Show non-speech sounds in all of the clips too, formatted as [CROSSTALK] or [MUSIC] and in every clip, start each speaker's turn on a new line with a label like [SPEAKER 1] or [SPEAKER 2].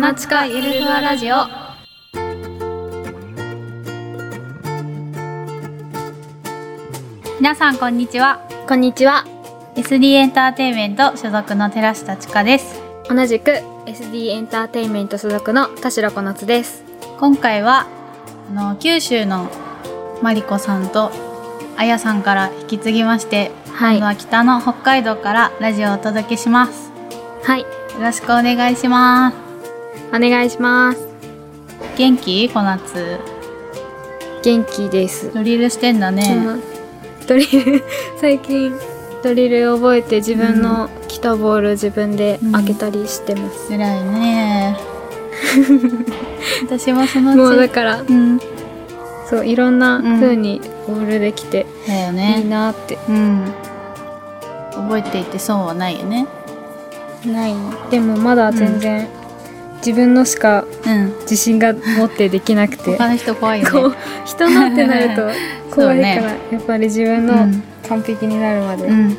[SPEAKER 1] ナチカゆるふわラジオ皆さんこんにちは
[SPEAKER 2] こんにちは。
[SPEAKER 1] SD エンターテインメント所属の寺下千佳です
[SPEAKER 2] 同じく SD エンターテインメント所属の田代小夏です。
[SPEAKER 1] 今回はあの九州のマリコさんとあやさんから引き継ぎまして、
[SPEAKER 2] は
[SPEAKER 1] 今度は北の北海道からラジオをお届けします
[SPEAKER 2] はい。
[SPEAKER 1] よろしくお願いします
[SPEAKER 2] お願いします。
[SPEAKER 1] 元気こなつ
[SPEAKER 2] 元気です。
[SPEAKER 1] ドリルしてんだね
[SPEAKER 2] ドリル、 [LAUGHS] 最近ドリル覚えて自分の来たボール自分で開けたりしてます。
[SPEAKER 1] 偉い [LAUGHS] ね私もそのうち
[SPEAKER 2] もうだから、
[SPEAKER 1] うん、
[SPEAKER 2] そう、いろんな風にボールできて
[SPEAKER 1] だよ
[SPEAKER 2] いい
[SPEAKER 1] ね、
[SPEAKER 2] なって。
[SPEAKER 1] うん、覚えていて損はないよね
[SPEAKER 2] ないでもまだ全然、自分のしか
[SPEAKER 1] うん
[SPEAKER 2] 自信が持ってできなくて。 [LAUGHS]
[SPEAKER 1] 他の人怖い
[SPEAKER 2] こ
[SPEAKER 1] よ
[SPEAKER 2] う
[SPEAKER 1] ね
[SPEAKER 2] 人のってなると [LAUGHS] 怖いから、やっぱり自分の
[SPEAKER 1] うん
[SPEAKER 2] 完璧になるまで、
[SPEAKER 1] う
[SPEAKER 2] も
[SPEAKER 1] ん
[SPEAKER 2] う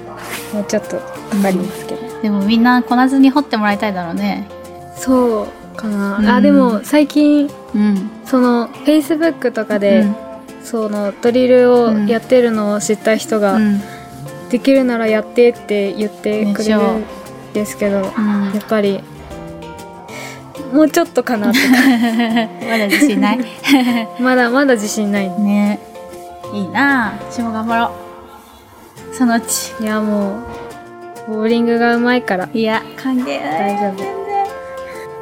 [SPEAKER 2] ちょっとかかりますけど、
[SPEAKER 1] でもみんなこなずに掘ってもらいたいだろうね
[SPEAKER 2] そうかな、
[SPEAKER 1] うん
[SPEAKER 2] あでも最近
[SPEAKER 1] うん
[SPEAKER 2] そのフェイスブックとかで、
[SPEAKER 1] うん
[SPEAKER 2] そのドリルをやってるのを知った人が、
[SPEAKER 1] うん
[SPEAKER 2] できるならやってって言ってくれるんですけど、
[SPEAKER 1] うん
[SPEAKER 2] やっぱりもうちょっとかなって
[SPEAKER 1] まだ自信ない
[SPEAKER 2] [LAUGHS] まだまだ自信ない
[SPEAKER 1] [LAUGHS] ねいいなあ私も頑張ろうそのうち
[SPEAKER 2] いやもうボーリングがうまいから
[SPEAKER 1] いや関係ない
[SPEAKER 2] 大丈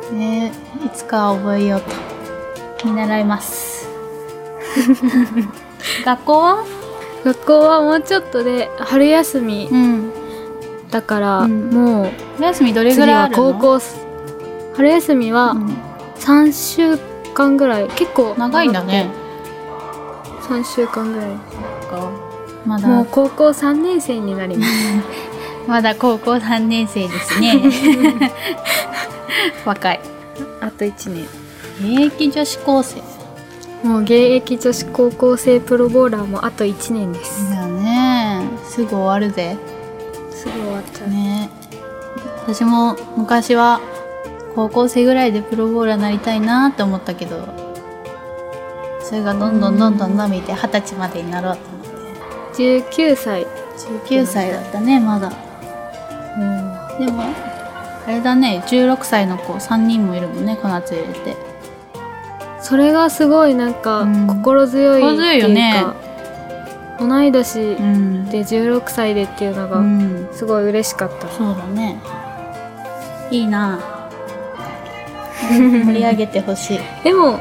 [SPEAKER 2] 夫
[SPEAKER 1] ねいつかは覚えようと見習います [LAUGHS] 学校は
[SPEAKER 2] 学校はもうちょっとで春休み
[SPEAKER 1] うん
[SPEAKER 2] だから、
[SPEAKER 1] うん
[SPEAKER 2] もう
[SPEAKER 1] 春休みどれ
[SPEAKER 2] 次
[SPEAKER 1] ぐらいあ
[SPEAKER 2] は
[SPEAKER 1] るの
[SPEAKER 2] 高校す春休みは
[SPEAKER 1] うん
[SPEAKER 2] 3週間ぐらい結構
[SPEAKER 1] 長いんだね
[SPEAKER 2] 3週間ぐらい
[SPEAKER 1] ま
[SPEAKER 2] も
[SPEAKER 1] だ
[SPEAKER 2] う高校3年生になります
[SPEAKER 1] まだ高校3年生です [LAUGHS] ね若い
[SPEAKER 2] あと1年
[SPEAKER 1] 現役女子高生
[SPEAKER 2] もう現役女子高校生プロボウラーもあと1年です、
[SPEAKER 1] だねすぐ終わるぜ
[SPEAKER 2] すぐ終わっちゃう、
[SPEAKER 1] ね私も昔は高校生ぐらいでプロボウラーになりたいなって思ったけどそれがどんどんどんどん伸びて二十歳までになろうと思って
[SPEAKER 2] 19歳
[SPEAKER 1] 19歳だったねまだでもあれだね16歳の子3人もいるもんねこの夏入れて
[SPEAKER 2] それがすごいなんか
[SPEAKER 1] うん
[SPEAKER 2] 心強いっていうか、
[SPEAKER 1] 心強いよね
[SPEAKER 2] 同い年
[SPEAKER 1] ん
[SPEAKER 2] で16歳でっていうの
[SPEAKER 1] う
[SPEAKER 2] が
[SPEAKER 1] ん
[SPEAKER 2] すごい嬉しかった、
[SPEAKER 1] そうだねいい [LAUGHS] なあ盛り上げてほしい、
[SPEAKER 2] でも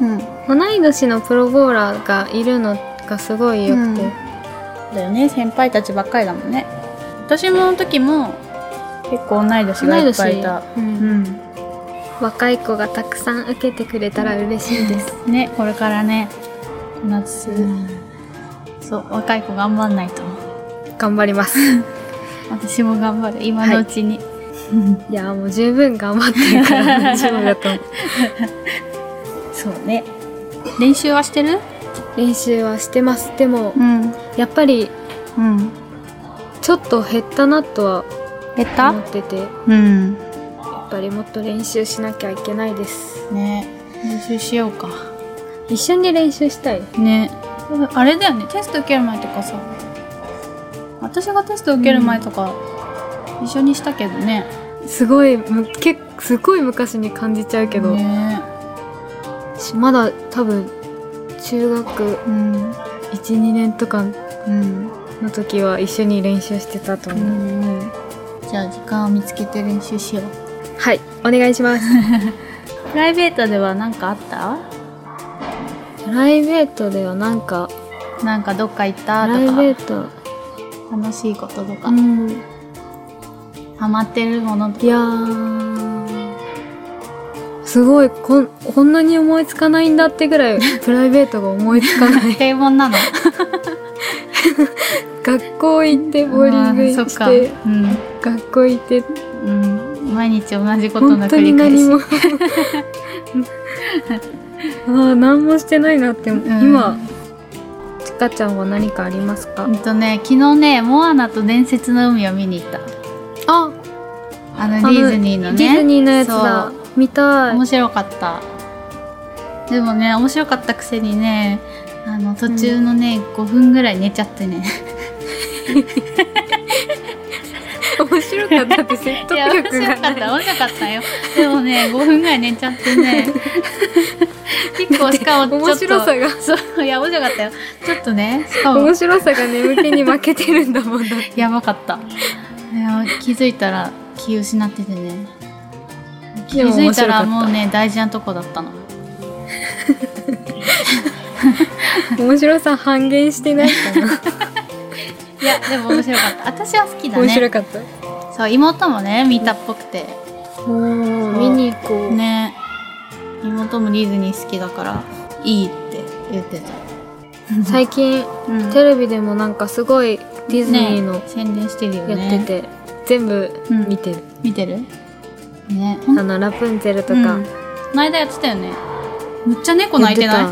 [SPEAKER 1] うん、
[SPEAKER 2] 同い年のプロボウラーがいるのがすごい良くて、
[SPEAKER 1] うんだよね先輩たちばっかりだもんね私もの時も結構同い年がいっぱいいた
[SPEAKER 2] 同い年うん
[SPEAKER 1] うん
[SPEAKER 2] 若い子がたくさん受けてくれたら嬉しいです、
[SPEAKER 1] ねこれからね夏、そう若い子頑張んないと
[SPEAKER 2] 頑張
[SPEAKER 1] [LAUGHS]
[SPEAKER 2] ります
[SPEAKER 1] 私も頑張る今のうちに、
[SPEAKER 2] いやもう十分頑張ってるから大丈夫だと思う
[SPEAKER 1] [LAUGHS] そうね練習はしてる
[SPEAKER 2] 練習はしてますでも
[SPEAKER 1] うん
[SPEAKER 2] やっぱり
[SPEAKER 1] うん
[SPEAKER 2] ちょっと減ったなとは
[SPEAKER 1] やった
[SPEAKER 2] 思っててや
[SPEAKER 1] うん
[SPEAKER 2] っぱりもっと練習しなきゃいけないです
[SPEAKER 1] ね練習しようか
[SPEAKER 2] 一緒に練習したい
[SPEAKER 1] ねあれだよねテスト受ける前とかさ私がテスト受ける前とか、一緒にしたけどね
[SPEAKER 2] すごいむけすごい昔に感じちゃうけど、
[SPEAKER 1] ね
[SPEAKER 2] しまだ多分中学
[SPEAKER 1] うん
[SPEAKER 2] 12年とか
[SPEAKER 1] うん
[SPEAKER 2] の時は一緒に練習してたと
[SPEAKER 1] う
[SPEAKER 2] 思う、
[SPEAKER 1] んうんじゃあ時間を見つけて練習しよう
[SPEAKER 2] はいお願いします
[SPEAKER 1] プライベートでは何かあった
[SPEAKER 2] プライベートではなんか
[SPEAKER 1] なんかどっか行っ
[SPEAKER 2] プ
[SPEAKER 1] た
[SPEAKER 2] ライベー
[SPEAKER 1] と
[SPEAKER 2] ト
[SPEAKER 1] か楽しいこととか、
[SPEAKER 2] うんい
[SPEAKER 1] ハマってるものとか
[SPEAKER 2] やーすごいこんこんなに思いつかないんだってぐらいプライベートが思いつか
[SPEAKER 1] [LAUGHS]
[SPEAKER 2] ない
[SPEAKER 1] 定番なの
[SPEAKER 2] 学校行ってボーリン
[SPEAKER 1] あ
[SPEAKER 2] グ
[SPEAKER 1] ーそっ
[SPEAKER 2] し
[SPEAKER 1] か
[SPEAKER 2] て
[SPEAKER 1] うん
[SPEAKER 2] 学校行って
[SPEAKER 1] うん、毎日同じことの
[SPEAKER 2] 本当
[SPEAKER 1] 繰
[SPEAKER 2] に
[SPEAKER 1] り返
[SPEAKER 2] 何
[SPEAKER 1] し
[SPEAKER 2] もあ
[SPEAKER 1] [LAUGHS]
[SPEAKER 2] ー何もしてないなって、
[SPEAKER 1] ん
[SPEAKER 2] 今ちかちゃんは何かありますか、
[SPEAKER 1] うんとね昨日ね「モアナと伝説の海」を見に行った
[SPEAKER 2] あ
[SPEAKER 1] あの
[SPEAKER 2] あの
[SPEAKER 1] ディズニーのね
[SPEAKER 2] ディズニーのやつ
[SPEAKER 1] そ
[SPEAKER 2] だ
[SPEAKER 1] う
[SPEAKER 2] 見たい
[SPEAKER 1] 面白かったでもね面白かったくせにねあの途中のね、5分ぐらい寝ちゃってね
[SPEAKER 2] 面白かったって説得
[SPEAKER 1] いや面
[SPEAKER 2] 力
[SPEAKER 1] 白
[SPEAKER 2] が
[SPEAKER 1] か [LAUGHS]
[SPEAKER 2] な
[SPEAKER 1] っ
[SPEAKER 2] い
[SPEAKER 1] た面白かったよでもね5分ぐらい寝ちゃってね結構しかもちょっと
[SPEAKER 2] 面白さが
[SPEAKER 1] そういや面白かったよちょっとねしかも
[SPEAKER 2] 面白さが眠気に負けてるんだもんだって
[SPEAKER 1] やばかった。いや気づいたら気失っててね。気
[SPEAKER 2] でも
[SPEAKER 1] づ
[SPEAKER 2] 面白かった
[SPEAKER 1] いたらもうね大事なとこだったの。
[SPEAKER 2] [LAUGHS] 面白さ半減してないかな、
[SPEAKER 1] いやでも面白かった。私は好きだ
[SPEAKER 2] 面白
[SPEAKER 1] ね。
[SPEAKER 2] かった
[SPEAKER 1] そう妹もね見たっぽくて
[SPEAKER 2] もう見に行こう、
[SPEAKER 1] ね妹もディズニー好きだからいいって言ってた。
[SPEAKER 2] 最近
[SPEAKER 1] うん
[SPEAKER 2] テレビでもなんかすごいディズニーの
[SPEAKER 1] ね宣伝してるよね。
[SPEAKER 2] やってて、全部見てる、
[SPEAKER 1] 見てる？ねほん
[SPEAKER 2] あのラプンツェルと
[SPEAKER 1] う
[SPEAKER 2] か、
[SPEAKER 1] んこの間やってたよね。むっちゃ猫泣いてない？
[SPEAKER 2] や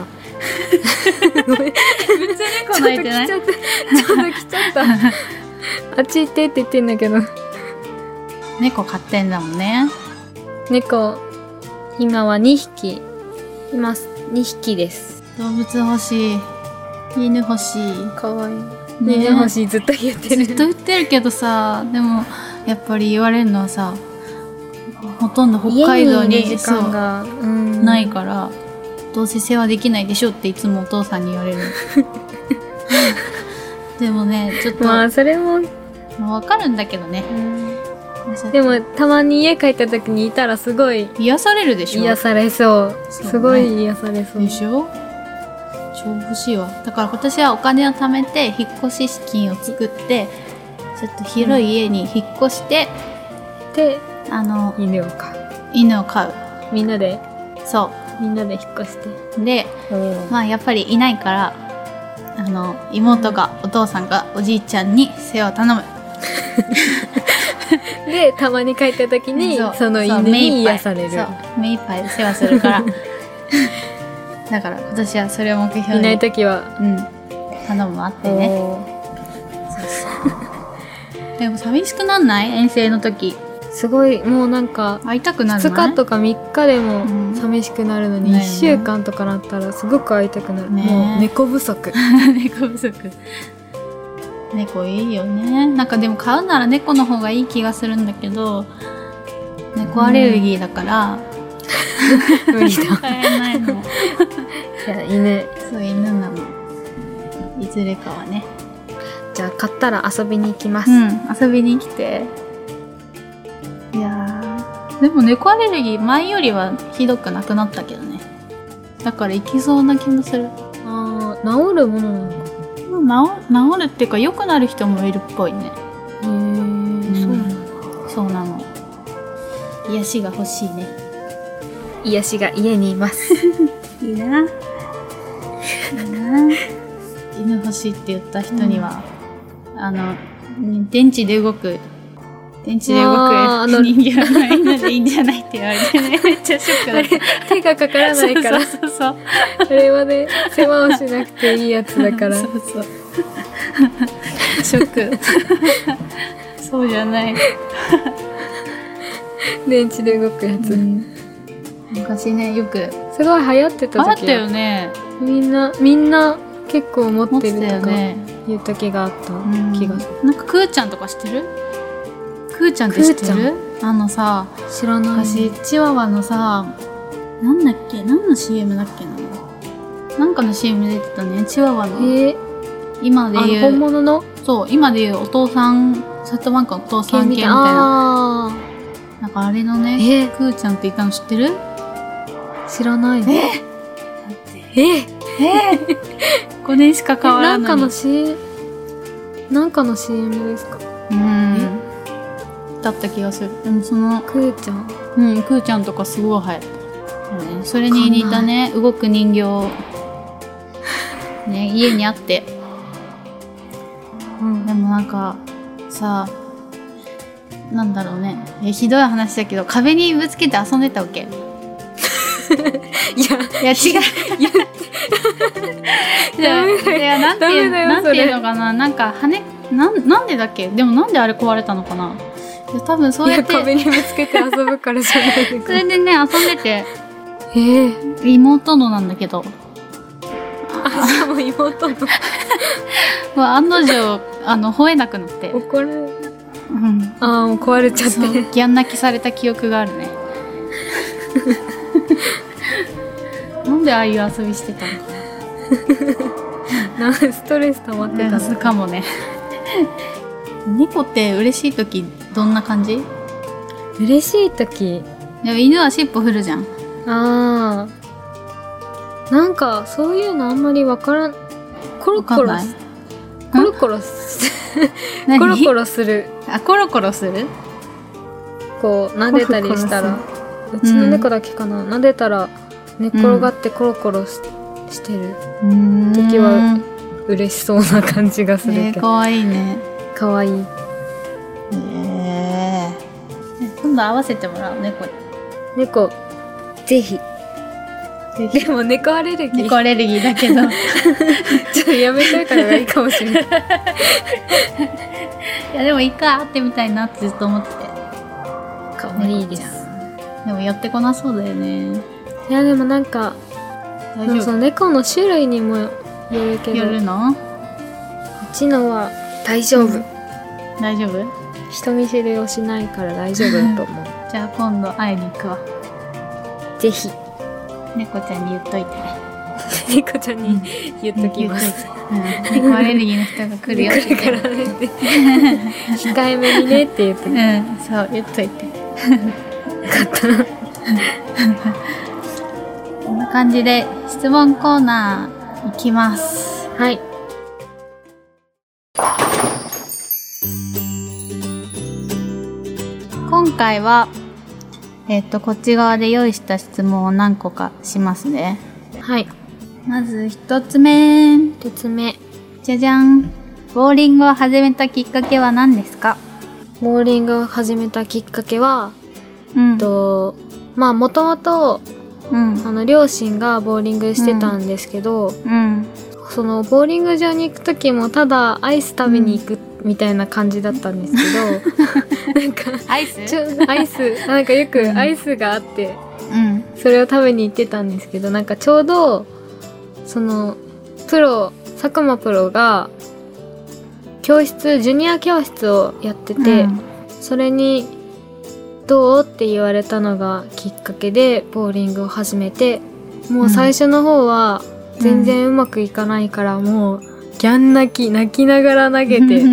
[SPEAKER 1] むっ
[SPEAKER 2] って
[SPEAKER 1] ちゃ
[SPEAKER 2] た
[SPEAKER 1] 猫
[SPEAKER 2] ちょっ
[SPEAKER 1] 泣い
[SPEAKER 2] と
[SPEAKER 1] て
[SPEAKER 2] 来
[SPEAKER 1] ない
[SPEAKER 2] ちゃ。ったちょっと来ち [LAUGHS] ゃったあっち行ってって言ってんだけど
[SPEAKER 1] 猫飼ってんだもんね。
[SPEAKER 2] 猫今は2匹います2匹です
[SPEAKER 1] 動物欲しい犬欲しい
[SPEAKER 2] かわいい
[SPEAKER 1] ね
[SPEAKER 2] 犬欲しいずっと言って
[SPEAKER 1] ずっ
[SPEAKER 2] る
[SPEAKER 1] と言ってるけどさでもやっぱり言われるのはさほとんど北海道に
[SPEAKER 2] 家いる時間が
[SPEAKER 1] そうない
[SPEAKER 2] か
[SPEAKER 1] からどうせ世話できないでしょっていつもお父さんに言わ
[SPEAKER 2] [LAUGHS]
[SPEAKER 1] れるでもねちょっと
[SPEAKER 2] まあそれも
[SPEAKER 1] わかるんだけどね
[SPEAKER 2] でもたまに家帰った時にいたらすごい
[SPEAKER 1] 癒されるでしょ
[SPEAKER 2] 癒されそう
[SPEAKER 1] そうね
[SPEAKER 2] すごい癒されそう
[SPEAKER 1] でしょ超欲しいわだから今年はお金を貯めて引っ越し資金を作ってちょっと広い家に引っ越して、
[SPEAKER 2] で
[SPEAKER 1] あの
[SPEAKER 2] 犬を飼う
[SPEAKER 1] 犬を飼う
[SPEAKER 2] みんなで
[SPEAKER 1] そ
[SPEAKER 2] みんなで引っ越して
[SPEAKER 1] うでまあやっぱりいないからあの妹がお父さんがおじいちゃんに世話を頼む
[SPEAKER 2] でたまに帰った時に
[SPEAKER 1] そう
[SPEAKER 2] その
[SPEAKER 1] そう
[SPEAKER 2] 犬
[SPEAKER 1] 目い
[SPEAKER 2] に
[SPEAKER 1] っぱい
[SPEAKER 2] 癒される
[SPEAKER 1] そう目いっぱい世話するから [LAUGHS] だから私はそれを目標に
[SPEAKER 2] いない時は
[SPEAKER 1] うん頼むわってね
[SPEAKER 2] お
[SPEAKER 1] でも寂しくなんない遠征の時
[SPEAKER 2] ーすごいもうなんか
[SPEAKER 1] 会いたくなる
[SPEAKER 2] 2日とか3日で
[SPEAKER 1] うん
[SPEAKER 2] も寂しくなるのに
[SPEAKER 1] ね
[SPEAKER 2] 1週間とかなったらすごく会いたくなる
[SPEAKER 1] ね
[SPEAKER 2] もう猫不 [LAUGHS] 足
[SPEAKER 1] [LAUGHS] 猫不足猫いいよねなんかでも飼うなら猫の方がいい気がするんだけど猫アレルギーだから、
[SPEAKER 2] 無理だ
[SPEAKER 1] 飼えないの
[SPEAKER 2] いや犬
[SPEAKER 1] そう犬なのいずれかはね
[SPEAKER 2] じゃあ買ったら遊びに行きます
[SPEAKER 1] うん遊びに来ていやーでも猫アレルギー前よりはひどくなくなったけどねだからいきそうな気もする
[SPEAKER 2] あー治るものなのか
[SPEAKER 1] もう治治るっていうか良くなる人もいるっぽいね
[SPEAKER 2] へえそうなんだ
[SPEAKER 1] そうなの癒しが欲しいね
[SPEAKER 2] 癒しが家にい [LAUGHS] ます
[SPEAKER 1] いいな。いいな。犬欲しいって言った人には、あの、ん電池で動く、電池で動
[SPEAKER 2] あーあの
[SPEAKER 1] く人形の犬でいいんじゃないって言われてね、めっちゃショックだった。
[SPEAKER 2] 手がかからないから
[SPEAKER 1] そうそうそう。
[SPEAKER 2] それはね世話をしなくていいやつだから
[SPEAKER 1] そうそう。ショック。そうじゃない。
[SPEAKER 2] 電池で動くやつ、
[SPEAKER 1] 昔ね、よく。
[SPEAKER 2] すごい流行ってた時
[SPEAKER 1] あったよね。
[SPEAKER 2] みんなみんな結構持
[SPEAKER 1] 持っ
[SPEAKER 2] って
[SPEAKER 1] て
[SPEAKER 2] る
[SPEAKER 1] たよ
[SPEAKER 2] とか
[SPEAKER 1] ね。
[SPEAKER 2] いう時があった気
[SPEAKER 1] 気
[SPEAKER 2] が
[SPEAKER 1] が
[SPEAKER 2] する、
[SPEAKER 1] なんかクーちゃんとか知ってるクーちゃんって知っ
[SPEAKER 2] クー
[SPEAKER 1] て
[SPEAKER 2] ちゃ
[SPEAKER 1] るあのさ
[SPEAKER 2] 知らない
[SPEAKER 1] 昔チワワのさなんだっけ何の CM だっけななんかの CM 出てたねチワワ
[SPEAKER 2] え
[SPEAKER 1] の
[SPEAKER 2] ー、
[SPEAKER 1] 今で
[SPEAKER 2] あの
[SPEAKER 1] 言
[SPEAKER 2] 本
[SPEAKER 1] う
[SPEAKER 2] 物の
[SPEAKER 1] そう今で言うお父さんソフトバンクのお父さん系みたいな
[SPEAKER 2] あ
[SPEAKER 1] なんかあれの
[SPEAKER 2] ー
[SPEAKER 1] ね
[SPEAKER 2] え
[SPEAKER 1] クーちゃんっていたの知ってる
[SPEAKER 2] ー、知らないの
[SPEAKER 1] え
[SPEAKER 2] え
[SPEAKER 1] え5年しか変わ
[SPEAKER 2] な
[SPEAKER 1] ら
[SPEAKER 2] ん
[SPEAKER 1] な
[SPEAKER 2] か
[SPEAKER 1] い
[SPEAKER 2] の CM なんかの CM ですか
[SPEAKER 1] うんだった気がするでもその
[SPEAKER 2] くーちゃん
[SPEAKER 1] うん、くーちゃんとかすごい流行った、ね。それに似たね、動く人形、ね、 [LAUGHS] 家にあって。
[SPEAKER 2] うん
[SPEAKER 1] でもなんか、さ、なんだろうね。えひどい話だけど、壁にぶつけて遊んでたわけ。い
[SPEAKER 2] い [LAUGHS]
[SPEAKER 1] や、違う。いや、いやなんていう、
[SPEAKER 2] ダメだよ
[SPEAKER 1] なんて
[SPEAKER 2] そ
[SPEAKER 1] いう
[SPEAKER 2] れ
[SPEAKER 1] のかな。なんか、羽、なん、なんでだっけでもなんであれ壊れたのかな。いや多分そう
[SPEAKER 2] い
[SPEAKER 1] や
[SPEAKER 2] や
[SPEAKER 1] って
[SPEAKER 2] 壁にぶつけて遊ぶからじゃないで
[SPEAKER 1] そ
[SPEAKER 2] か
[SPEAKER 1] れでね遊んでて
[SPEAKER 2] [LAUGHS] ええ
[SPEAKER 1] 妹のなんだけど
[SPEAKER 2] あ [LAUGHS] じゃあもう妹の
[SPEAKER 1] まあ案の定あの吠えなくなって、
[SPEAKER 2] 怒られ
[SPEAKER 1] うん、
[SPEAKER 2] ああもう壊れちゃっ
[SPEAKER 1] そう
[SPEAKER 2] て
[SPEAKER 1] ギャン泣きされた記憶がある
[SPEAKER 2] [LAUGHS]
[SPEAKER 1] ねなんでああいう遊びしてたのか
[SPEAKER 2] なんストレス溜まってた
[SPEAKER 1] な
[SPEAKER 2] の
[SPEAKER 1] かもね猫って嬉しい時どんな感じ
[SPEAKER 2] 嬉しい時
[SPEAKER 1] でも犬は尻尾振るじゃん
[SPEAKER 2] ああなんかそういうのあんまりわからんコロ
[SPEAKER 1] わか
[SPEAKER 2] コ
[SPEAKER 1] ん
[SPEAKER 2] ロ
[SPEAKER 1] ない
[SPEAKER 2] コロコロす
[SPEAKER 1] 何
[SPEAKER 2] コロコロする
[SPEAKER 1] あコロコロする
[SPEAKER 2] こう撫でたりしたら
[SPEAKER 1] コ
[SPEAKER 2] うちの猫だけかな、撫でたら寝っ転がってコロコロし,、してる時は嬉しそうな感じがす
[SPEAKER 1] え
[SPEAKER 2] る
[SPEAKER 1] ー、
[SPEAKER 2] け
[SPEAKER 1] か
[SPEAKER 2] ど、
[SPEAKER 1] わいいね
[SPEAKER 2] かわいい
[SPEAKER 1] え今度合わせてもらおう猫に
[SPEAKER 2] 猫ぜひでも猫アレルギー
[SPEAKER 1] 猫アレルギーだ
[SPEAKER 2] [LAUGHS]
[SPEAKER 1] けどい
[SPEAKER 2] ちょっとやめといた方がいいかもし
[SPEAKER 1] [LAUGHS]
[SPEAKER 2] れない
[SPEAKER 1] やでも一回会ってみたいなってずっと思ってて
[SPEAKER 2] か
[SPEAKER 1] わいいですでも寄ってこなそうだよね
[SPEAKER 2] いやでもなんか
[SPEAKER 1] 大
[SPEAKER 2] まあそ
[SPEAKER 1] 丈
[SPEAKER 2] の猫の種類にもよる
[SPEAKER 1] 夫
[SPEAKER 2] けど
[SPEAKER 1] 寄る
[SPEAKER 2] う
[SPEAKER 1] の
[SPEAKER 2] ちのは大丈夫
[SPEAKER 1] 大丈夫
[SPEAKER 2] 人見知りをしないから大丈夫だと思
[SPEAKER 1] [LAUGHS] じゃあ今度会いに行くわ
[SPEAKER 2] うぜひ
[SPEAKER 1] 猫ちゃんに言っといて
[SPEAKER 2] 猫ちゃんに言っとき
[SPEAKER 1] 言っ
[SPEAKER 2] ま
[SPEAKER 1] とい
[SPEAKER 2] す
[SPEAKER 1] て、うん、猫アレルギーの人が来るよって言って
[SPEAKER 2] からね控えめにねって言って
[SPEAKER 1] う
[SPEAKER 2] よ
[SPEAKER 1] ん、そう、言っといて。 [LAUGHS]
[SPEAKER 2] かった
[SPEAKER 1] こんな感じで質問コーナーいきます。
[SPEAKER 2] はい
[SPEAKER 1] 今回は、えっと、こっち側で用意した質問を何個かしますね。
[SPEAKER 2] はい
[SPEAKER 1] まず一つ目。
[SPEAKER 2] 一つ目
[SPEAKER 1] じゃじゃん。ボーリングを始めたきっかけは何ですか
[SPEAKER 2] ボーリングを始めたきっかけは、
[SPEAKER 1] うん。
[SPEAKER 2] とまあもともと
[SPEAKER 1] うん。
[SPEAKER 2] あの両親がボーリングしてたんですけど、
[SPEAKER 1] うん。
[SPEAKER 2] そのボーリング場に行く時もただアイス食べに行くみたいな感じだったんですけど、 [LAUGHS] なんか
[SPEAKER 1] アイス
[SPEAKER 2] ちょアイスなんかよくアイスがあって
[SPEAKER 1] うん。
[SPEAKER 2] それを食べに行ってたんですけどなんかちょうどそのプロ佐久間プロが教室ジュニア教室をやってて、
[SPEAKER 1] うん
[SPEAKER 2] それに「どう?」って言われたのがきっかけでボウリングを始めてもう最初の方は全然うまくいかないから、もうギャン泣き泣きながら投げ
[SPEAKER 1] [LAUGHS]
[SPEAKER 2] て
[SPEAKER 1] よ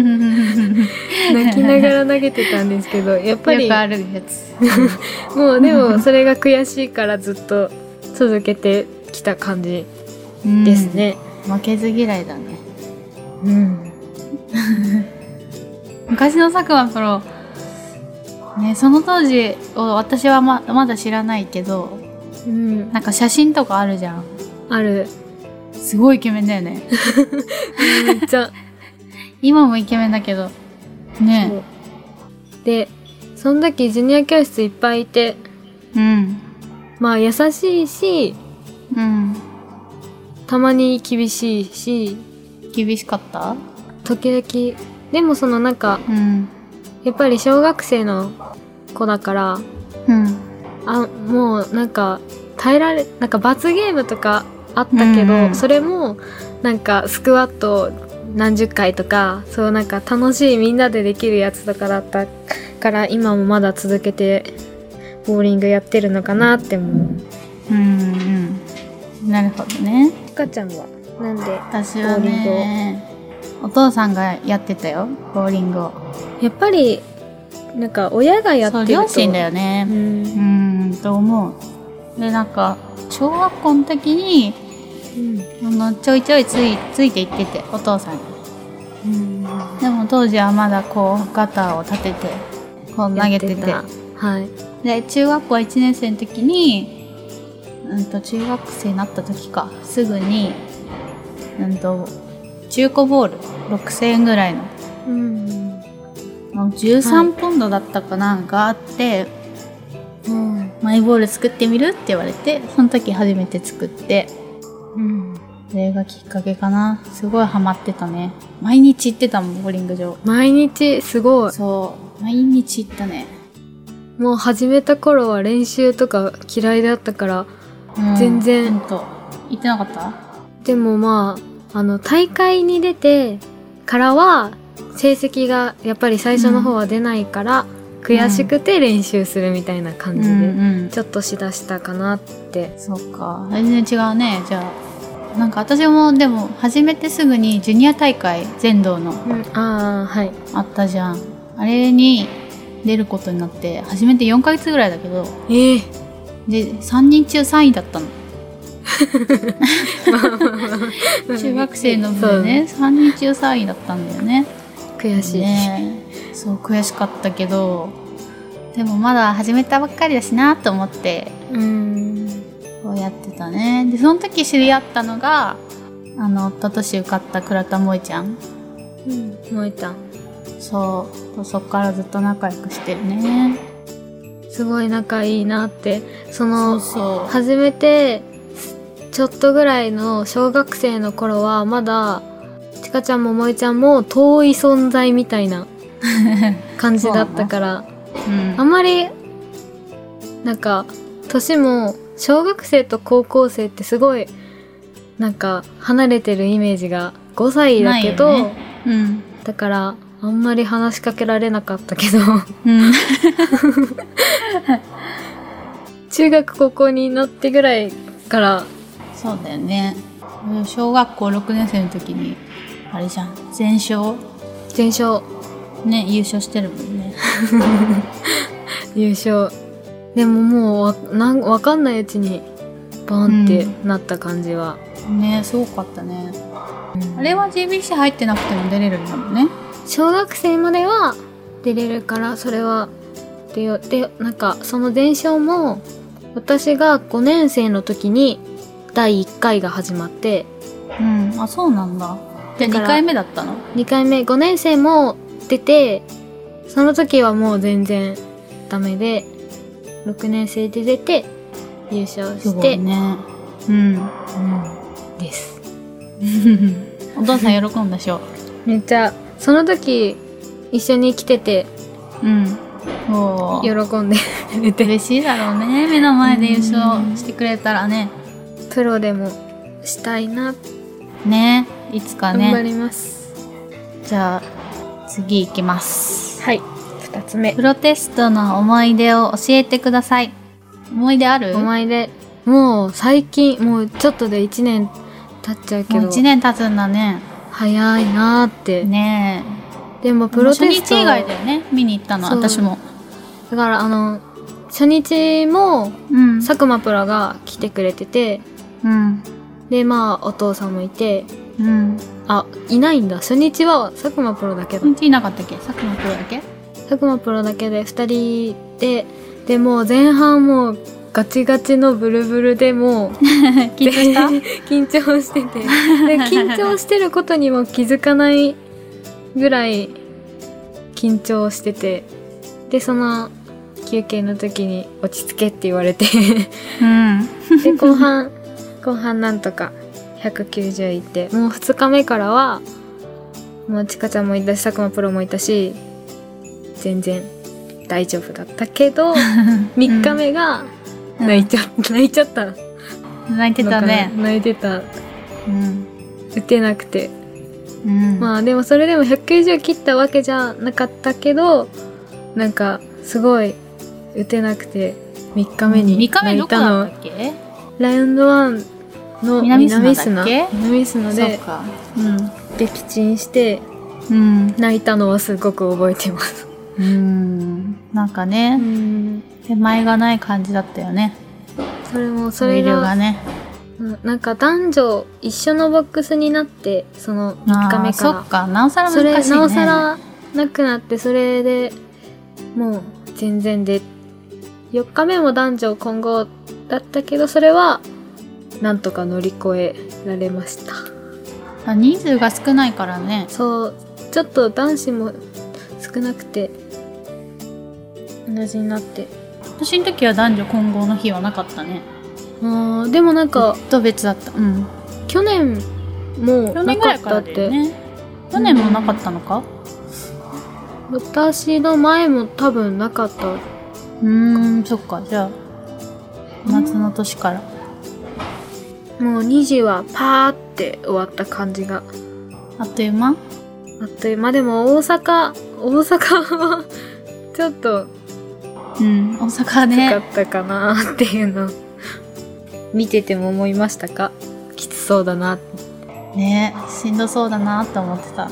[SPEAKER 2] 泣きながら投げてたんですけどやっぱり
[SPEAKER 1] くあるやつ。
[SPEAKER 2] もうでもそれが悔しいからずっと続けてきた感じ [LAUGHS] ですね。
[SPEAKER 1] うん。負けず嫌いだね。
[SPEAKER 2] うん
[SPEAKER 1] 昔の佐久間プロねその当時を私はままだ知らないけど
[SPEAKER 2] うん、
[SPEAKER 1] なんか写真とかあるじゃん
[SPEAKER 2] ある
[SPEAKER 1] すごいイケメンだよね [LAUGHS]
[SPEAKER 2] めっちゃ
[SPEAKER 1] 今もイケメンだけどね
[SPEAKER 2] でその時ジュニア教室いっぱいいて
[SPEAKER 1] うん
[SPEAKER 2] まあ優しいし
[SPEAKER 1] うん
[SPEAKER 2] たまに厳しいし
[SPEAKER 1] 厳しかった
[SPEAKER 2] 時々でもそのなんか
[SPEAKER 1] うん
[SPEAKER 2] やっぱり小学生の子だから
[SPEAKER 1] うん
[SPEAKER 2] あもうなんか耐えられなんか罰ゲームとかあったけど、
[SPEAKER 1] うんうん
[SPEAKER 2] それもなんかスクワット何十回とかそうなんか楽しいみんなでできるやつとかだったから今もまだ続けてボーリングやってるのかなって思う。
[SPEAKER 1] うんうんなるほどね
[SPEAKER 2] ゆかちゃんはなんで
[SPEAKER 1] 私はねお父さんがやってたよボーリングを
[SPEAKER 2] やっぱりなんか親がやって
[SPEAKER 1] そう
[SPEAKER 2] ると
[SPEAKER 1] 両親だよね、
[SPEAKER 2] うん
[SPEAKER 1] うーんと思うでなんか小学校の時に
[SPEAKER 2] うん
[SPEAKER 1] あのちょいちょいついついていっててお父さんに
[SPEAKER 2] うん
[SPEAKER 1] でも当時はまだこうガターを立ててこう投げてて
[SPEAKER 2] やってたはい
[SPEAKER 1] で中学校1年生の時に、うん、と中学生になった時かすぐに、うん、と中古ボール6000円ぐらいの
[SPEAKER 2] うん
[SPEAKER 1] あの13ポンドだったかなんかあって、
[SPEAKER 2] うん
[SPEAKER 1] マイボール作ってみるって言われてその時初めて作って
[SPEAKER 2] うん
[SPEAKER 1] それがきっかけかなすごいハマってたね毎日行ってたもんボーリング場
[SPEAKER 2] 毎日すごい
[SPEAKER 1] そう毎日行ったね、
[SPEAKER 2] もう始めた頃は練習とか嫌いだったから
[SPEAKER 1] うん
[SPEAKER 2] 全然
[SPEAKER 1] ほんと行ってなかった
[SPEAKER 2] でもまああの大会に出てからは成績がやっぱり最初の方は出ないから、悔しくて練習するみたいな感じで、
[SPEAKER 1] ん
[SPEAKER 2] ちょっとしだしたかなって
[SPEAKER 1] そうか全然違うねじゃあなんか私もでも始めてすぐにジュニア大会全道の
[SPEAKER 2] ああはい
[SPEAKER 1] あったじゃんあれに出ることになって初めて4ヶ月ぐらいだけど
[SPEAKER 2] ええ
[SPEAKER 1] で3人中3位だったの
[SPEAKER 2] [LAUGHS]
[SPEAKER 1] 中学生の部でね3人中3位だったんだよね
[SPEAKER 2] そう悔しい、
[SPEAKER 1] ねそう悔しかったけどでもまだ始めたばっかりだしなと思って
[SPEAKER 2] うん
[SPEAKER 1] こうやってたねでその時知り合ったのがあの一昨年受かった倉田萌ちゃん
[SPEAKER 2] 萌えちゃん
[SPEAKER 1] そうそっからずっと仲良くしてるね
[SPEAKER 2] すごい仲いいなってそ
[SPEAKER 1] そ
[SPEAKER 2] の
[SPEAKER 1] うそう
[SPEAKER 2] 初めてちょっとぐらいの小学生の頃はまだちかちゃんももえちゃんも遠い存在みたい
[SPEAKER 1] [LAUGHS]
[SPEAKER 2] な感じだったから
[SPEAKER 1] うん
[SPEAKER 2] あんまりなんか年も小学生と高校生ってすごいなんか離れてるイメージが5歳だけど、
[SPEAKER 1] ないようん
[SPEAKER 2] だからあんまり話しかけられなかったけど [LAUGHS]
[SPEAKER 1] うん [LAUGHS]
[SPEAKER 2] 中学高校になってぐらいから
[SPEAKER 1] そうだよね小学校6年生の時にあれじゃん全勝
[SPEAKER 2] 全勝
[SPEAKER 1] ね優勝してるもんね
[SPEAKER 2] 優勝でももうわなんわかんないうちにバンってなった感じは、
[SPEAKER 1] ねすごかったね
[SPEAKER 2] うん
[SPEAKER 1] あれは JBC 入ってなくても出れるんだもんね
[SPEAKER 2] 小学生までは出れるからそれはでよでなんかその全勝も私が5年生の時に第1回が始まって
[SPEAKER 1] うんあそうなんだじゃあ
[SPEAKER 2] だから
[SPEAKER 1] 2回目だったの
[SPEAKER 2] 2回目5年生も出てその時はもう全然ダメで6年生で出て優勝
[SPEAKER 1] す
[SPEAKER 2] し
[SPEAKER 1] ご
[SPEAKER 2] て、
[SPEAKER 1] いねうん
[SPEAKER 2] うんです
[SPEAKER 1] お父さん喜んだでしょ
[SPEAKER 2] めっちゃその時一緒に来てて
[SPEAKER 1] うんお
[SPEAKER 2] 喜
[SPEAKER 1] ー
[SPEAKER 2] んで出て
[SPEAKER 1] 嬉しいだろうね目の前で優勝してくれたらね
[SPEAKER 2] プロでもしたいな、
[SPEAKER 1] ねいつか
[SPEAKER 2] 頑張
[SPEAKER 1] ね
[SPEAKER 2] ります
[SPEAKER 1] じゃあ次行きます
[SPEAKER 2] はい2つ目
[SPEAKER 1] プロテストの思い出を教えてください。思い出ある
[SPEAKER 2] 思い出もう最近もうちょっとで1年経っちゃうけ
[SPEAKER 1] もう
[SPEAKER 2] ど
[SPEAKER 1] 1年経つんだね。
[SPEAKER 2] 早いなーって、
[SPEAKER 1] ね
[SPEAKER 2] でも
[SPEAKER 1] え。
[SPEAKER 2] プロテス
[SPEAKER 1] 初日
[SPEAKER 2] ト
[SPEAKER 1] 以外だよね。見に行ったの、
[SPEAKER 2] そう
[SPEAKER 1] 私も。
[SPEAKER 2] だからあの初日も
[SPEAKER 1] うん
[SPEAKER 2] 佐久間プロが来てくれてて
[SPEAKER 1] うん。
[SPEAKER 2] でまあお父さんもいて
[SPEAKER 1] うん。
[SPEAKER 2] あいないんだ初日は佐久間プロだけだ
[SPEAKER 1] 初日いなかったっけ佐久間プロだけ
[SPEAKER 2] 佐久間プロだけで2人ででもう前半もうガチガチのブルブルでもう
[SPEAKER 1] 緊張した
[SPEAKER 2] [LAUGHS]
[SPEAKER 1] [LAUGHS]
[SPEAKER 2] 緊張しててで緊張してることにも気づかないぐらい緊張しててでその休憩の時に「落ち着け」って言われて
[SPEAKER 1] うん。
[SPEAKER 2] で後半後半なんとか190いってもう2日目からはもうちかちゃんもいたし佐久間プロもいたし全然大丈夫だった
[SPEAKER 1] [LAUGHS]
[SPEAKER 2] けど3日目が
[SPEAKER 1] うん
[SPEAKER 2] 泣いちゃ,、泣いちゃったのか
[SPEAKER 1] 泣いてた
[SPEAKER 2] な
[SPEAKER 1] ね。
[SPEAKER 2] 泣いてた
[SPEAKER 1] うん。
[SPEAKER 2] 打てなくて、
[SPEAKER 1] うん。
[SPEAKER 2] まあでもそれでも190切ったわけじゃなかったけどなんかすごい打てなくて3日目に
[SPEAKER 1] 2回目
[SPEAKER 2] 泣
[SPEAKER 1] ど
[SPEAKER 2] い
[SPEAKER 1] こ
[SPEAKER 2] た
[SPEAKER 1] だ
[SPEAKER 2] の
[SPEAKER 1] ったっけ
[SPEAKER 2] ラウンドワンの
[SPEAKER 1] 南
[SPEAKER 2] 南
[SPEAKER 1] 砂
[SPEAKER 2] 砂
[SPEAKER 1] だっ
[SPEAKER 2] 南
[SPEAKER 1] け
[SPEAKER 2] 砂
[SPEAKER 1] そう
[SPEAKER 2] で
[SPEAKER 1] か。
[SPEAKER 2] 撃沈して
[SPEAKER 1] うん。
[SPEAKER 2] 泣いたのはすごく覚えてます。
[SPEAKER 1] うん。なんか
[SPEAKER 2] う
[SPEAKER 1] ね、
[SPEAKER 2] ん
[SPEAKER 1] 手前がない感じだったよね。
[SPEAKER 2] それもそ
[SPEAKER 1] それ
[SPEAKER 2] れが
[SPEAKER 1] がね。
[SPEAKER 2] うんなんか男女一緒のボックスになってその3日
[SPEAKER 1] あー
[SPEAKER 2] 目
[SPEAKER 1] そ
[SPEAKER 2] か
[SPEAKER 1] っか、なおさら
[SPEAKER 2] らそ
[SPEAKER 1] 難しい
[SPEAKER 2] れ
[SPEAKER 1] ね。
[SPEAKER 2] なおさらなくなってそれでもう全然で4日目も男女混合だったけどそれはなんとか乗り越えられました。
[SPEAKER 1] あ人数が少ないからね
[SPEAKER 2] そうちょっと男子も少なくて同じになって
[SPEAKER 1] 私の時は男女混合の日はなかったね
[SPEAKER 2] あーでもなんか
[SPEAKER 1] と別だったうん
[SPEAKER 2] 去年も
[SPEAKER 1] 去
[SPEAKER 2] な
[SPEAKER 1] 年ぐ
[SPEAKER 2] からっ
[SPEAKER 1] いか
[SPEAKER 2] たっ
[SPEAKER 1] らだ
[SPEAKER 2] て、
[SPEAKER 1] よね去年もなかったのか
[SPEAKER 2] 私の前も多分なかった
[SPEAKER 1] うーんそっかじゃあ夏の年から
[SPEAKER 2] もう2時はパーって終わった感じが
[SPEAKER 1] あっという間
[SPEAKER 2] あっという間でも大阪大阪はちょっと
[SPEAKER 1] うん大阪
[SPEAKER 2] 暑かっ
[SPEAKER 1] ね
[SPEAKER 2] たかなっていうのを見てても思いましたかきつそうだなって
[SPEAKER 1] ねしんどそうだなって思ってた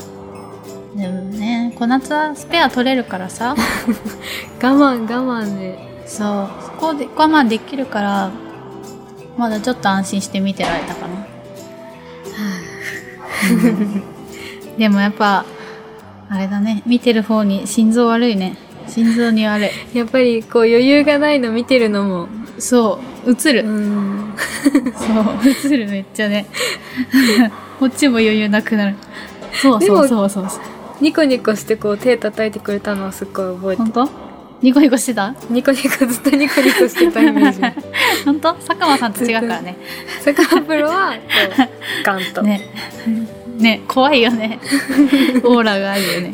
[SPEAKER 1] でもね小夏はスペア取れるから [LAUGHS] さ
[SPEAKER 2] 我慢我慢で、
[SPEAKER 1] そうそこで我慢できるからまだちょっと安心して見てられたか [LAUGHS] なうん [LAUGHS] でもやっぱあれだね見てる方に心臓悪いね心臓に悪い
[SPEAKER 2] やっぱりこう余裕がないの見てるのも
[SPEAKER 1] そう映
[SPEAKER 2] う
[SPEAKER 1] る
[SPEAKER 2] ん
[SPEAKER 1] そう、映るめっちゃね。 [LAUGHS] こっちも余裕なくなる。そうそうそうそうそう。
[SPEAKER 2] ニコニコしてこう手叩いてくれたのはすっごい覚え
[SPEAKER 1] 本当ニコニコしてた
[SPEAKER 2] てニコニコずっとニコニコしてたイメ
[SPEAKER 1] [LAUGHS]
[SPEAKER 2] ージ
[SPEAKER 1] 本当佐久間さんと違うからね。
[SPEAKER 2] 坂本プロはこうガンと
[SPEAKER 1] ね。ね、怖いよね。オーラがあるよね。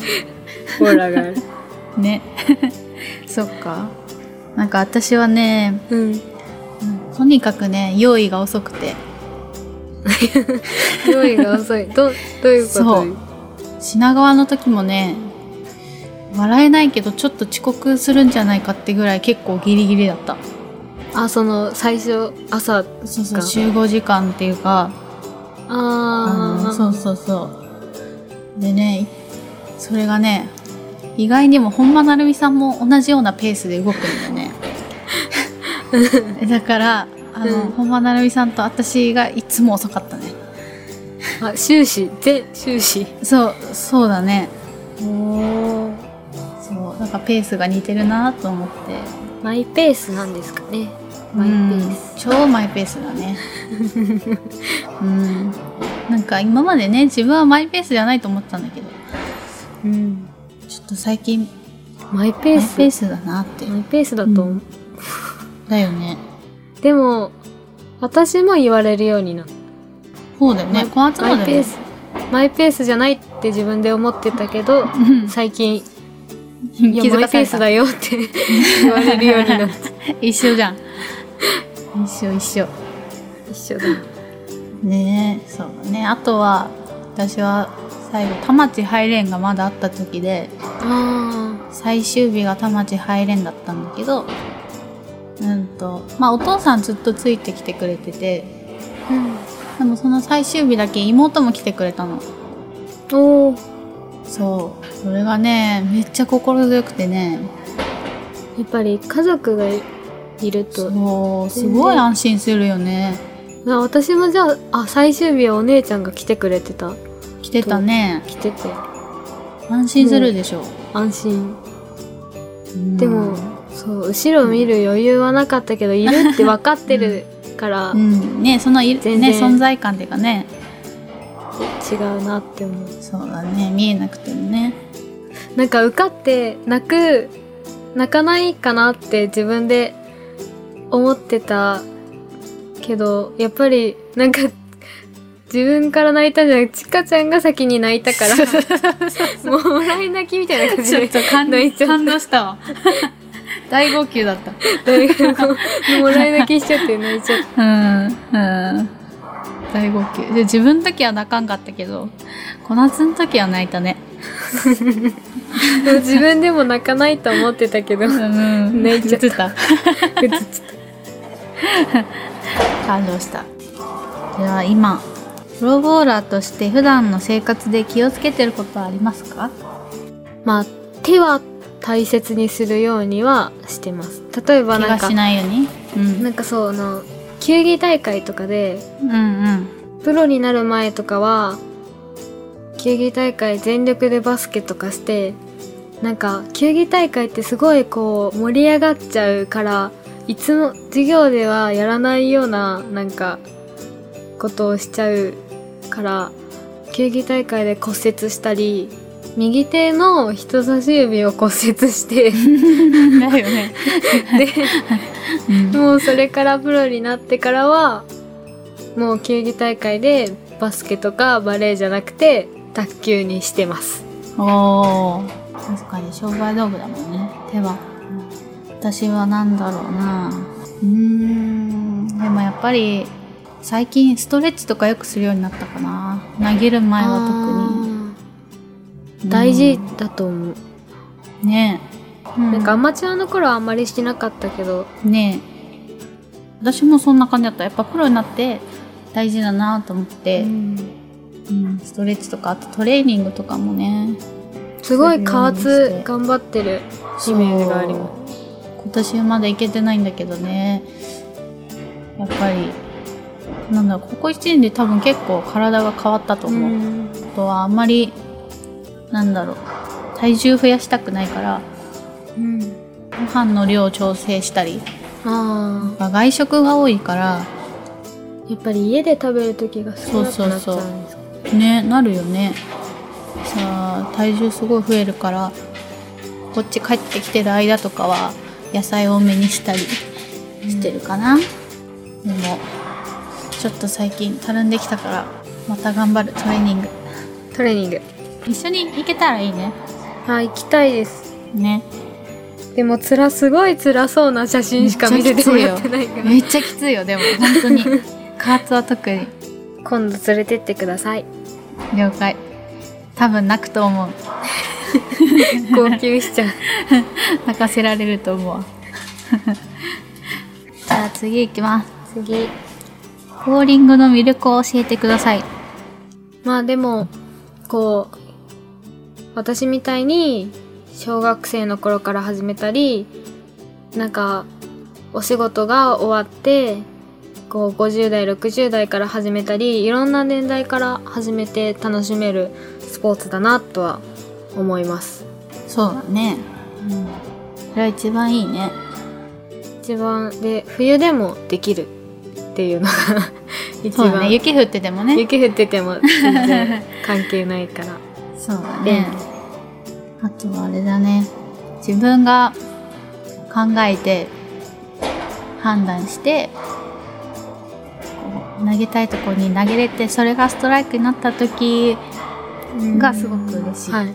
[SPEAKER 2] オーラがある、 [LAUGHS]
[SPEAKER 1] ね。そっか。なんか私はね、
[SPEAKER 2] うん、
[SPEAKER 1] うんとにかくね、用意が遅くて。
[SPEAKER 2] 用意が遅いどどういうこと
[SPEAKER 1] そう品川の時もね、笑えないけどちょっと遅刻するんじゃないかってぐらい結構ギリギリだった。
[SPEAKER 2] あその最初朝
[SPEAKER 1] そうそう、
[SPEAKER 2] か
[SPEAKER 1] 集合時間っていうか、あ
[SPEAKER 2] あ
[SPEAKER 1] の
[SPEAKER 2] あ
[SPEAKER 1] そうそうそうでねそれがね意外にも本間成美さんも同じようなペースで動くんだよね
[SPEAKER 2] [LAUGHS]
[SPEAKER 1] だからあの、
[SPEAKER 2] うん
[SPEAKER 1] 本間成美さんと私がいつも遅かったね
[SPEAKER 2] あ終始全終始
[SPEAKER 1] そうそうだね
[SPEAKER 2] おお
[SPEAKER 1] そうなんかペースが似てるなと思って
[SPEAKER 2] マイペースなんですかねマイペース
[SPEAKER 1] うん超マイペースだ
[SPEAKER 2] [LAUGHS]
[SPEAKER 1] ねうんなんか今までね自分はマイペースじゃないと思ってたんだけど
[SPEAKER 2] うん、
[SPEAKER 1] ちょっと最近
[SPEAKER 2] マイペ
[SPEAKER 1] マ
[SPEAKER 2] ー
[SPEAKER 1] イ
[SPEAKER 2] ス
[SPEAKER 1] ペースだなって
[SPEAKER 2] マイペースだと思
[SPEAKER 1] う
[SPEAKER 2] う、
[SPEAKER 1] んだよね
[SPEAKER 2] でも私も言われるようになった
[SPEAKER 1] そうだよね。小夏
[SPEAKER 2] マ
[SPEAKER 1] ま
[SPEAKER 2] イ
[SPEAKER 1] で
[SPEAKER 2] ペースマイペースじゃないって自分で思ってたけど
[SPEAKER 1] うん
[SPEAKER 2] 最近「い
[SPEAKER 1] 気
[SPEAKER 2] や
[SPEAKER 1] づ
[SPEAKER 2] マ
[SPEAKER 1] かさ
[SPEAKER 2] イペー
[SPEAKER 1] れ
[SPEAKER 2] スだ
[SPEAKER 1] た。
[SPEAKER 2] よ」って
[SPEAKER 1] [LAUGHS]
[SPEAKER 2] 言われるようになった
[SPEAKER 1] 一緒じゃん。一緒一緒。
[SPEAKER 2] 一緒だ
[SPEAKER 1] ねえ、そうだね。あとは、私は最後、田町ハイレーンがまだあった時で、
[SPEAKER 2] あ
[SPEAKER 1] 最終日が田町ハイレーンだったんだけど、うんと、まあお父さんずっとついてきてくれてて、
[SPEAKER 2] あ、うん、
[SPEAKER 1] でもその最終日だけ妹も来てくれたの。
[SPEAKER 2] おお
[SPEAKER 1] そう。それがね、めっちゃ心強くてね、
[SPEAKER 2] やっぱり家族がいいると
[SPEAKER 1] そう、すごい安心するよね。
[SPEAKER 2] あ私もじゃああ最終日はお姉ちゃんが来てくれてた
[SPEAKER 1] 来てたね。
[SPEAKER 2] 来てて
[SPEAKER 1] 安心するでしょう。
[SPEAKER 2] 安心
[SPEAKER 1] うん
[SPEAKER 2] でもそう後ろ見る余裕はなかったけどいるって分かってるから
[SPEAKER 1] うん、ねそのい、ね、
[SPEAKER 2] 全然
[SPEAKER 1] 存在感っていうかね
[SPEAKER 2] 違うなって思う
[SPEAKER 1] そうだね見えなくてもね
[SPEAKER 2] なんか受かって泣く泣かないかなって自分で思ってたけどやっぱりなんか自分から泣いたんじゃなくてちかちゃんが先に泣いたからもうらい泣きみた
[SPEAKER 1] [LAUGHS]
[SPEAKER 2] いな感じで
[SPEAKER 1] 感
[SPEAKER 2] 動しちゃった
[SPEAKER 1] 感動した [LAUGHS] わ大号泣だった
[SPEAKER 2] 大学もらい泣きしちゃって泣いちゃっ
[SPEAKER 1] うんうん大号泣で自分の時は泣かんかったけど小夏の時は泣いたね
[SPEAKER 2] た。でも自分でも泣かないと思ってたけど、映っ
[SPEAKER 1] ん
[SPEAKER 2] 泣いちゃった
[SPEAKER 1] 映った
[SPEAKER 2] ちゃっ
[SPEAKER 1] 感動したでは今プロボーラーとして普段の生活で気をつけてることはありますか
[SPEAKER 2] たまあ、手は大切にするようにはしてます。例えば
[SPEAKER 1] 怪
[SPEAKER 2] な
[SPEAKER 1] 我
[SPEAKER 2] んか、
[SPEAKER 1] しないようにうん
[SPEAKER 2] なんかそう、あの、球技大会とかで、
[SPEAKER 1] うんうん
[SPEAKER 2] プロになる前とかは、球技大会全力でバスケとかして、なんか、球技大会ってすごいこう、盛り上がっちゃうから、いつも、授業ではやらないような、なんか、ことをしちゃうから、球技大会で骨折したり、右手の人差し指を骨折して、
[SPEAKER 1] だよ [LAUGHS] ね。
[SPEAKER 2] で、もうそれからプロになってからは、もう球技大会でバスケとかバレエじゃなくて卓球にしてます
[SPEAKER 1] おー確かに商売道具だもんね手は、私は何だろうなうーんでもやっぱり最近ストレッチとかよくするようになったかな投げる前は特に
[SPEAKER 2] 特に大事だと思う、
[SPEAKER 1] うんねえ、う
[SPEAKER 2] なんかアマチュアの頃はあんまりしてなかったけど
[SPEAKER 1] ねえ私もそんな感じだったやっぱプロになって大事だなと思って、うんストレッチとかあとトレーニングとかもね
[SPEAKER 2] すごい加圧頑張ってるイメージがあります
[SPEAKER 1] 今年まだ行けてないんだけどねやっぱりなんだろうここ1年で多分結構体が変わったと
[SPEAKER 2] す、
[SPEAKER 1] 思う、
[SPEAKER 2] ん
[SPEAKER 1] あとはあんまりなんだろう体重増やしたくないから
[SPEAKER 2] うん、
[SPEAKER 1] ご飯の量を調整したり
[SPEAKER 2] あ
[SPEAKER 1] 外食が多いから
[SPEAKER 2] あやっぱり家で食べる時が少なくなっちゃうんですか
[SPEAKER 1] ねなるよねさあ体重すごい増えるからこっち帰ってきてる間とかは野菜多めにしたりしてるかな、でもちょっと最近たるんできたからまた頑張るトレーニング
[SPEAKER 2] トレーニング
[SPEAKER 1] 一緒に行けたらいいね
[SPEAKER 2] はい行きたいです
[SPEAKER 1] ね
[SPEAKER 2] でもつらすごい辛そうな写真しか見せてもらってないから
[SPEAKER 1] めっちゃきついよでも本当に [LAUGHS] 加圧は特に
[SPEAKER 2] 今度連れてってくだ
[SPEAKER 1] [LAUGHS]
[SPEAKER 2] さい
[SPEAKER 1] 了解多分泣くと思う
[SPEAKER 2] 号泣しちゃう
[SPEAKER 1] 泣かせられると思う [LAUGHS] じゃあ次行きます
[SPEAKER 2] 次
[SPEAKER 1] ボーリングの魅力を教えてください。
[SPEAKER 2] まあでもこう私みたいに小学生の頃から始めたりなんかお仕事が終わってこう50代60代から始めたりいろんな年代から始めて楽しめるスポーツだなとは思います
[SPEAKER 1] そうだね。うん。それは一番いいね。
[SPEAKER 2] 一番で冬でもできるっていうのが [LAUGHS] 一
[SPEAKER 1] そうだ
[SPEAKER 2] 番、
[SPEAKER 1] ね。雪降っててもね。
[SPEAKER 2] 雪降ってても全然関係ないから
[SPEAKER 1] そうだ
[SPEAKER 2] 便利
[SPEAKER 1] ね。あとはあれだね。自分が考えて、判断して、こう投げたいところに投げれて、それがストライクになった時、 [LAUGHS] がすごく嬉しい
[SPEAKER 2] はい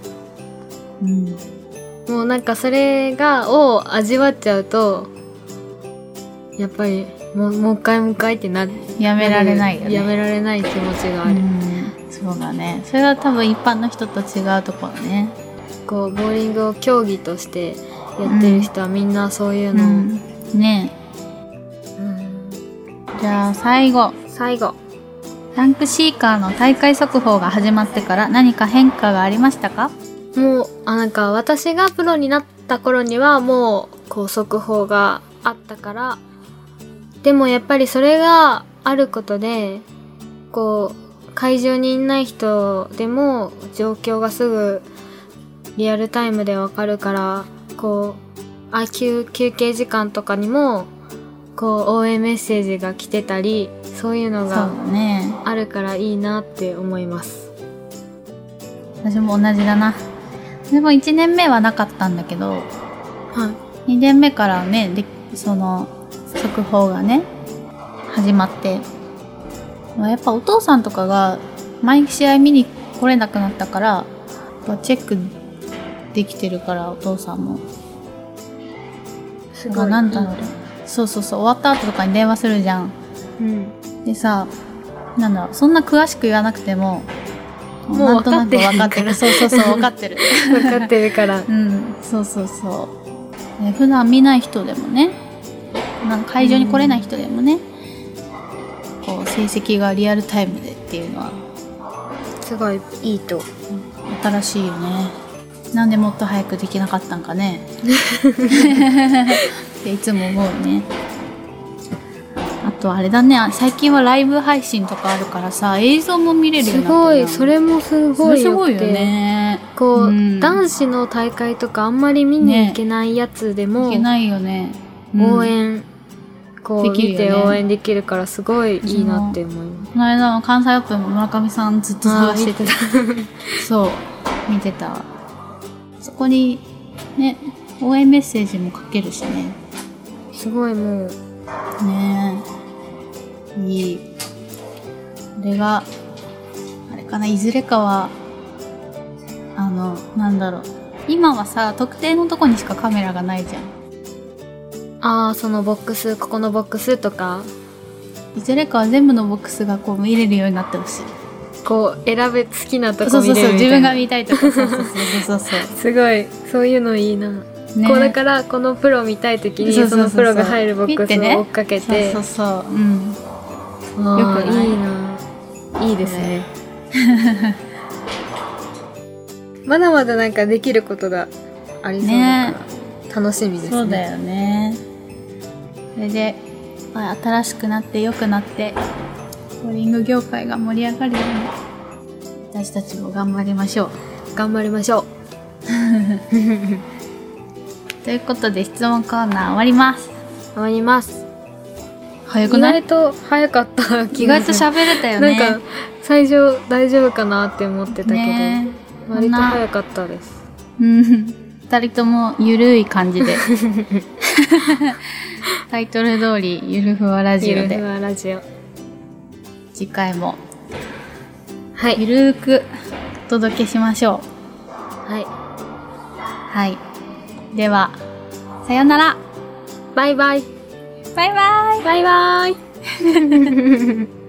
[SPEAKER 1] うん。
[SPEAKER 2] もうなんかそれがを味わっちゃうとやっぱりもうもう一回もう一回ってなや
[SPEAKER 1] やめられないよね。
[SPEAKER 2] やめられない気持ちがある、
[SPEAKER 1] うん。そうだね。それは多分一般の人と違うところね。
[SPEAKER 2] こうボーリングを競技としてやってる人はみんなそういうのを、うん。
[SPEAKER 1] ねえ。じゃあ最後。
[SPEAKER 2] 最後
[SPEAKER 1] ランクシーカーの大会速報が始まってから何か変化がありましたか
[SPEAKER 2] もうあなんか私がプロになった頃にはもうこう速報があったからでもやっぱりそれがあることでこう会場にいない人でも状況がすぐリアルタイムでわかるからこうあ休休憩時間とかにもこう応援メッセージが来てたりそういうの
[SPEAKER 1] そう
[SPEAKER 2] が
[SPEAKER 1] だね。
[SPEAKER 2] あるからいいなって思います。
[SPEAKER 1] 私も同じだな。でも1年目はなかったんだけど、
[SPEAKER 2] はい、
[SPEAKER 1] 2年目からね、でその、速報がね、始まって。やっぱお父さんとかが毎試合見に来れなくなったから、やっぱチェックできてるから、お父さんも。
[SPEAKER 2] す
[SPEAKER 1] だからなんだろう。そうそうそう、終わった後とかに電話するじゃん。
[SPEAKER 2] うん
[SPEAKER 1] でさなんだろうそんな詳しく言わなくても
[SPEAKER 2] も
[SPEAKER 1] な
[SPEAKER 2] う
[SPEAKER 1] んとなく分か
[SPEAKER 2] 分か
[SPEAKER 1] っ
[SPEAKER 2] ってて
[SPEAKER 1] る
[SPEAKER 2] る
[SPEAKER 1] そうそうそう分かってる
[SPEAKER 2] 分かってるか
[SPEAKER 1] う
[SPEAKER 2] ら
[SPEAKER 1] んそうそうそう、ね、普段見ない人でもねなんか会場に来れない人でもね、こう成績がリアルタイムでっていうのは
[SPEAKER 2] すごいいいと
[SPEAKER 1] 新しいよねなんでもっと早くできなかったんか
[SPEAKER 2] [LAUGHS]
[SPEAKER 1] ねっていつも思うねあとあれだね最近はライブ配信とかあるからさ映像も見れるよう
[SPEAKER 2] す
[SPEAKER 1] になった
[SPEAKER 2] ご
[SPEAKER 1] じゃ
[SPEAKER 2] い
[SPEAKER 1] ん
[SPEAKER 2] それもす
[SPEAKER 1] そ
[SPEAKER 2] ご
[SPEAKER 1] れ
[SPEAKER 2] い
[SPEAKER 1] す
[SPEAKER 2] よ
[SPEAKER 1] ご
[SPEAKER 2] く
[SPEAKER 1] いよ
[SPEAKER 2] て
[SPEAKER 1] ね
[SPEAKER 2] こう、
[SPEAKER 1] ん
[SPEAKER 2] 男子の大会とかあんまり見に行けないやつでも、
[SPEAKER 1] いけないよね、うん
[SPEAKER 2] 応援こう
[SPEAKER 1] できるよ
[SPEAKER 2] 見
[SPEAKER 1] ね
[SPEAKER 2] て応援できるからすごいいいなって思います
[SPEAKER 1] この間の関西オープンも村上さんずっと探してて
[SPEAKER 2] あー見て
[SPEAKER 1] そう見てたそこにね応援メッセージも書けるしね
[SPEAKER 2] [LAUGHS] たすごいもう
[SPEAKER 1] ねえいいれがあれかないずれかはあのなんだろう今はさ特定のとこにしかカメラがないじゃん
[SPEAKER 2] ああそのボックスここのボックスとか
[SPEAKER 1] いずれかは全部のボックスがこう見れるようになってほしい
[SPEAKER 2] こう選べ好きなと
[SPEAKER 1] そ
[SPEAKER 2] こ
[SPEAKER 1] うそ
[SPEAKER 2] 見
[SPEAKER 1] う
[SPEAKER 2] れ
[SPEAKER 1] そう
[SPEAKER 2] るみ
[SPEAKER 1] 自
[SPEAKER 2] たい
[SPEAKER 1] 分
[SPEAKER 2] な
[SPEAKER 1] が見たいとかそうそうそうそうそう
[SPEAKER 2] すごいそういうのいいな、 [LAUGHS]
[SPEAKER 1] そう、ね
[SPEAKER 2] こうだからこのプロ見たい時に
[SPEAKER 1] そうそう
[SPEAKER 2] そ
[SPEAKER 1] そうそう
[SPEAKER 2] のプロが入るボック
[SPEAKER 1] 見
[SPEAKER 2] ス
[SPEAKER 1] てね
[SPEAKER 2] を追っかけて
[SPEAKER 1] そうそうそううん
[SPEAKER 2] あー
[SPEAKER 1] よくない
[SPEAKER 2] いないいですね [LAUGHS] まだまだなんかできることがありそうだから、楽しみですね
[SPEAKER 1] そうだよねそれで、まあ、新しくなって良くなってボーリング業界が盛り上がるように私たちも頑張りましょう
[SPEAKER 2] 頑張りましょう
[SPEAKER 1] ということで質問コーナー終わります
[SPEAKER 2] 終わります
[SPEAKER 1] 早
[SPEAKER 2] 意外と早かった
[SPEAKER 1] 意
[SPEAKER 2] 気が
[SPEAKER 1] 外
[SPEAKER 2] す
[SPEAKER 1] と
[SPEAKER 2] る
[SPEAKER 1] 喋れたよね
[SPEAKER 2] なんか最初大丈夫かなって思ってたけど、
[SPEAKER 1] ね
[SPEAKER 2] 割と
[SPEAKER 1] そんな
[SPEAKER 2] 早かったです
[SPEAKER 1] うん二人ともゆるい感じで
[SPEAKER 2] [LAUGHS]
[SPEAKER 1] タイトル通りゆるふわラジ
[SPEAKER 2] ゆ
[SPEAKER 1] オ
[SPEAKER 2] るふ
[SPEAKER 1] で
[SPEAKER 2] わラジオ
[SPEAKER 1] 次回も
[SPEAKER 2] は
[SPEAKER 1] ゆ
[SPEAKER 2] い、
[SPEAKER 1] るーくお届けしましょう
[SPEAKER 2] はい、
[SPEAKER 1] はい。では、さよなら。
[SPEAKER 2] バイバイ
[SPEAKER 1] バイバイ。
[SPEAKER 2] バイバイ